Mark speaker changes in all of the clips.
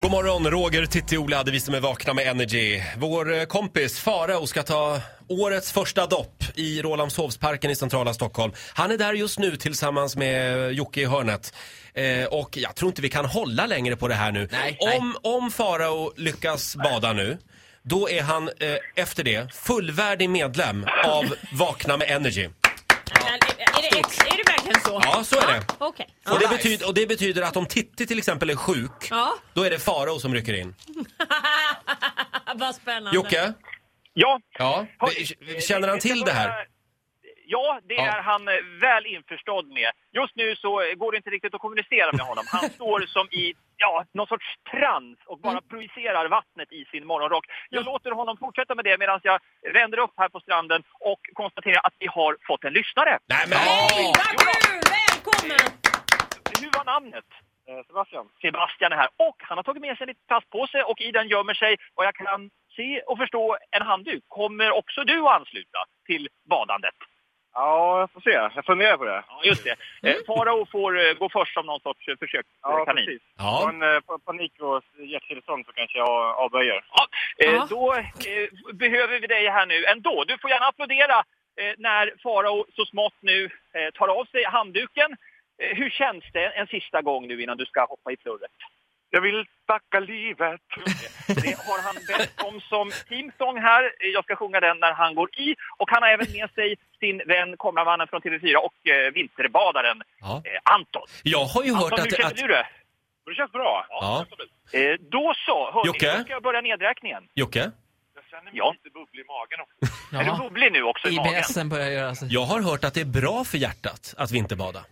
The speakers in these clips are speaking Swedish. Speaker 1: God morgon, Roger, Titti, Ola hade vi som är vakna med Energy. Vår eh, kompis Farao ska ta årets första dopp i Rålambshovsparken i centrala Stockholm. Han är där just nu tillsammans med Jocke i hörnet. Eh, och jag tror inte vi kan hålla längre på det här nu. om om Farao lyckas bada nu, då är han eh, efter det fullvärdig medlem av Vakna med Energy.
Speaker 2: Men är, är, det, ex- är det verkligen så?
Speaker 1: Ja, så är det.
Speaker 2: Okej.
Speaker 1: Och det, betyder, och det betyder att om Titti till exempel är sjuk,
Speaker 2: Ah, Ja.
Speaker 1: då är det Farao som rycker in.
Speaker 2: Vad spännande.
Speaker 1: Jocke?
Speaker 3: Ja.
Speaker 1: Ja,
Speaker 3: Har-
Speaker 1: det- känner han till det här?
Speaker 3: Ja, det
Speaker 1: Ja.
Speaker 3: är han eh, väl införstådd med. Just nu så eh, går det inte riktigt att kommunicera med honom. Han står som i ja, någon sorts trans och bara
Speaker 1: Mm.
Speaker 3: projicerar vattnet i sin morgonrock. Jag låter honom fortsätta med det medan jag vänder upp här på stranden och konstaterar att vi har fått en lyssnare.
Speaker 1: Nej men!
Speaker 2: Hej, vad kul! Välkommen!
Speaker 3: Hur var namnet? Eh, Sebastian. Sebastian är här. Och han har tagit med sig en liten plastpåse och i den gömmer sig, vad jag kan se och förstå, en handduk. Kommer också du att ansluta till badandet?
Speaker 4: Ja, jag får se. Jag funderar på det.
Speaker 3: Ja, just det.
Speaker 1: Mm.
Speaker 3: Eh, Farao får eh, gå först som någon sorts eh, försökskanin.
Speaker 4: Ja,
Speaker 3: Ja,
Speaker 4: precis.
Speaker 1: Ja.
Speaker 4: Från eh, pa- panik och hjärtstillestånd så kanske jag avböjer.
Speaker 2: Ja.
Speaker 3: eh, då eh, behöver vi dig här nu ändå. Du får gärna applådera eh, när Farao så smått nu eh, tar av sig handduken. Eh, hur känns det en sista gång nu innan du ska hoppa i plurret?
Speaker 4: Jag vill tacka livet.
Speaker 3: Det har han bett om som teamsång här. Eh, Jag ska sjunga den när han går i. Och han har även med sig sin vän, kameramannen från TV4 och eh, vinterbadaren
Speaker 1: Ja.
Speaker 3: eh, Anton.
Speaker 1: Jag har ju hört
Speaker 3: Anton,
Speaker 1: att...
Speaker 3: hur Alltså, känner
Speaker 1: att
Speaker 3: du det?
Speaker 4: Det känns bra.
Speaker 1: Ja.
Speaker 3: Eh, då så, hörni,
Speaker 1: Jocke?
Speaker 3: nu ska jag börja nedräkningen.
Speaker 1: Jocke?
Speaker 4: Jag känner
Speaker 3: Ja.
Speaker 4: lite bubblig i magen också.
Speaker 3: Är du bubblig nu också i magen?
Speaker 5: IBSen börjar göra sig.
Speaker 1: Jag har hört att det är bra för hjärtat att vinterbada.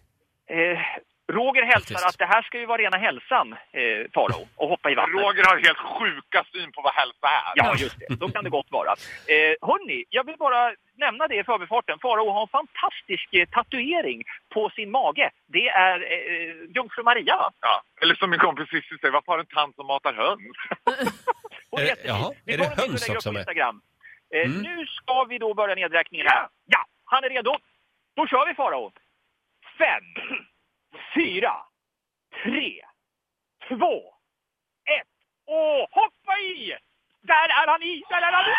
Speaker 3: Eh, Roger hälsar
Speaker 1: Faktiskt.
Speaker 3: att det här ska ju vara rena hälsan, eh, Faro, och hoppa i vattnet.
Speaker 4: har helt sjuka syn på vad hälsa är.
Speaker 3: Ja, just det. Så kan det gott vara. Eh, hörni, jag vill bara nämna det i förbifarten. Faro har en fantastisk eh, tatuering på sin mage. Det är eh, Jungfru Maria, va?
Speaker 4: Ja. Eller som min kompis Cissi säger, varför har du en tant som matar höns?
Speaker 3: Hon
Speaker 1: Är det-
Speaker 3: heter-
Speaker 1: jaha,
Speaker 3: vi
Speaker 1: är
Speaker 3: tar
Speaker 1: det
Speaker 3: en bild och
Speaker 1: höns
Speaker 3: lägger upp
Speaker 1: också
Speaker 3: på
Speaker 1: med?
Speaker 3: Instagram. Eh,
Speaker 1: Mm.
Speaker 3: Nu ska vi då börja nedräkningen här. Ja, han är redo. Då kör vi Farao. Fem, fyra, tre, två, ett och hoppa i! Där är han i! Där är han i!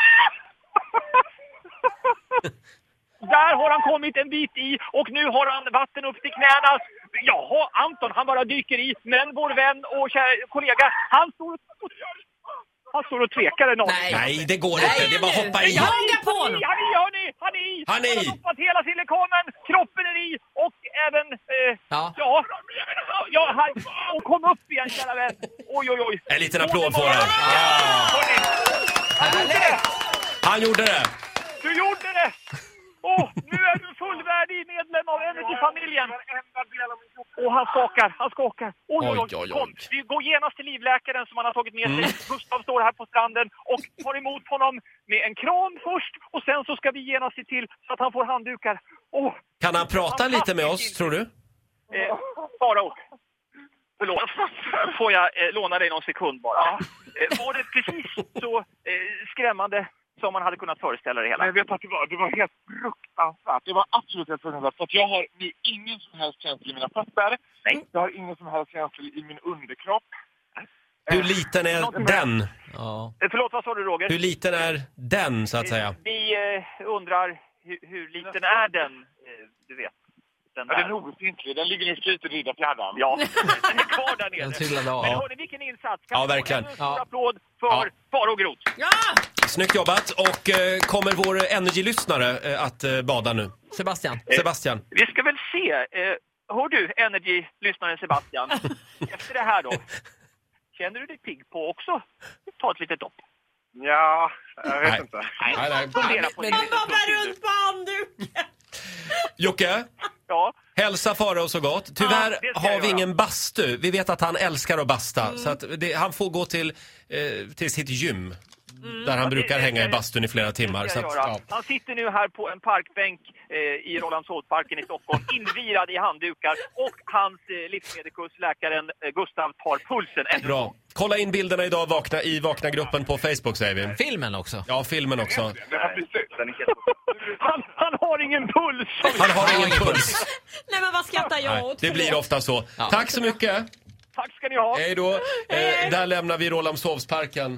Speaker 3: Där har han kommit en bit i och nu har han vatten upp till knäna. Jaha, Anton han bara dyker i. Men vår vän och kära kollega, han står och, han står och tvekar en aning.
Speaker 1: Nej, det går inte. Det är bara att hoppa i.
Speaker 2: Ja. Hugga på honom!
Speaker 3: Han är i, hörni! Han är i!
Speaker 1: Han är i.
Speaker 3: har doppat hela silikonen, kroppen är i och även... Eh,
Speaker 5: Ja.
Speaker 3: Ja, ja han, och kom upp igen kära vän! Oj, oj, oj!
Speaker 1: En liten applåd får han.
Speaker 3: Hörni,
Speaker 1: Han gjorde det!
Speaker 3: du gjorde det! Åh, nu är du fullvärdig medlem av Energy-familjen! Och han skakar, han skakar. Oj, oj, oj. Mm. Kom, vi går genast till livläkaren som han har tagit med sig. Gustav står här på stranden och tar emot honom med en kram först och sen så ska vi genast se till så att han får handdukar. Åh,
Speaker 1: Kan han prata lite med oss, tror du?
Speaker 3: eh, Farao. Förlåt. Får jag eh, låna dig någon sekund bara? Eh, var det precis så eh, skrämmande som man hade kunnat föreställa det hela?
Speaker 4: Men jag vet att det var, det var helt fruktansvärt. Det var absolut helt fruktansvärt. För att jag har nu ingen som helst känsla i mina fötter.
Speaker 3: Nej.
Speaker 4: Jag har ingen som helst känsla i min underkropp.
Speaker 1: Hur liten är den?
Speaker 5: Ja.
Speaker 3: Eh, förlåt, vad sa du Roger?
Speaker 1: Hur liten är den, så att säga?
Speaker 3: Vi eh, undrar hur, hur liten är den, eh, du vet? Den
Speaker 4: Ja,
Speaker 3: där.
Speaker 4: den är obefintlig. Den ligger nu och flyter i Riddarfjärden.
Speaker 3: Ja, den är kvar där nere.
Speaker 5: Den trillade av.
Speaker 3: Men
Speaker 1: Ja.
Speaker 3: hörni, vilken insats!
Speaker 1: Ja,
Speaker 3: vi få
Speaker 1: verkligen.
Speaker 3: En stor
Speaker 5: Ja.
Speaker 3: applåd för
Speaker 1: Ja.
Speaker 3: Faro Groth.
Speaker 2: Ja!
Speaker 1: Snyggt jobbat! Och eh, kommer vår Energy-lyssnare eh, att eh, bada nu?
Speaker 5: Sebastian,
Speaker 1: Sebastian?
Speaker 3: Vi ska väl se. Eh, hör du, Energy-lyssnaren Sebastian, efter det här då. Känner du dig pigg på också? Ta ett litet dopp.
Speaker 4: Ja, jag vet
Speaker 1: Nej.
Speaker 4: inte.
Speaker 1: Nej, nej.
Speaker 3: Fundera på det.
Speaker 2: Han bobblar runt på handduken!
Speaker 1: Jocke?
Speaker 3: Ja,
Speaker 1: Hälsa Farao så gott. Tyvärr
Speaker 3: det ska
Speaker 1: har
Speaker 3: jag
Speaker 1: vi
Speaker 3: göra. Mm.
Speaker 1: ingen bastu. Vi vet att han älskar att basta. Så att det, han får gå till, eh, till sitt gym. Där han brukar
Speaker 3: det-
Speaker 1: hänga i
Speaker 3: det-
Speaker 1: bastun i flera timmar.
Speaker 3: det
Speaker 1: Så
Speaker 3: ska
Speaker 1: att,
Speaker 3: jag göra.
Speaker 1: ja.
Speaker 3: Han sitter nu här på en parkbänk eh, i Rålambshovsparken i Stockholm, invirad i handdukar. Och hans eh, livsmedikus, läkaren eh, Gustav, tar pulsen. En
Speaker 1: Bra. Kolla in bilderna idag vakna, i Vakna-gruppen på Facebook säger vi.
Speaker 5: Filmen också.
Speaker 1: Ja, filmen också.
Speaker 3: Han, han har ingen puls!
Speaker 1: Han har ingen puls.
Speaker 2: Nej men vad skrattar jag
Speaker 1: Nej,
Speaker 2: åt?
Speaker 1: det blir ofta så.
Speaker 5: Ja.
Speaker 1: Tack så mycket.
Speaker 3: Tack ska ni ha!
Speaker 1: Hej då. Eh, där lämnar vi Rålambshovsparken.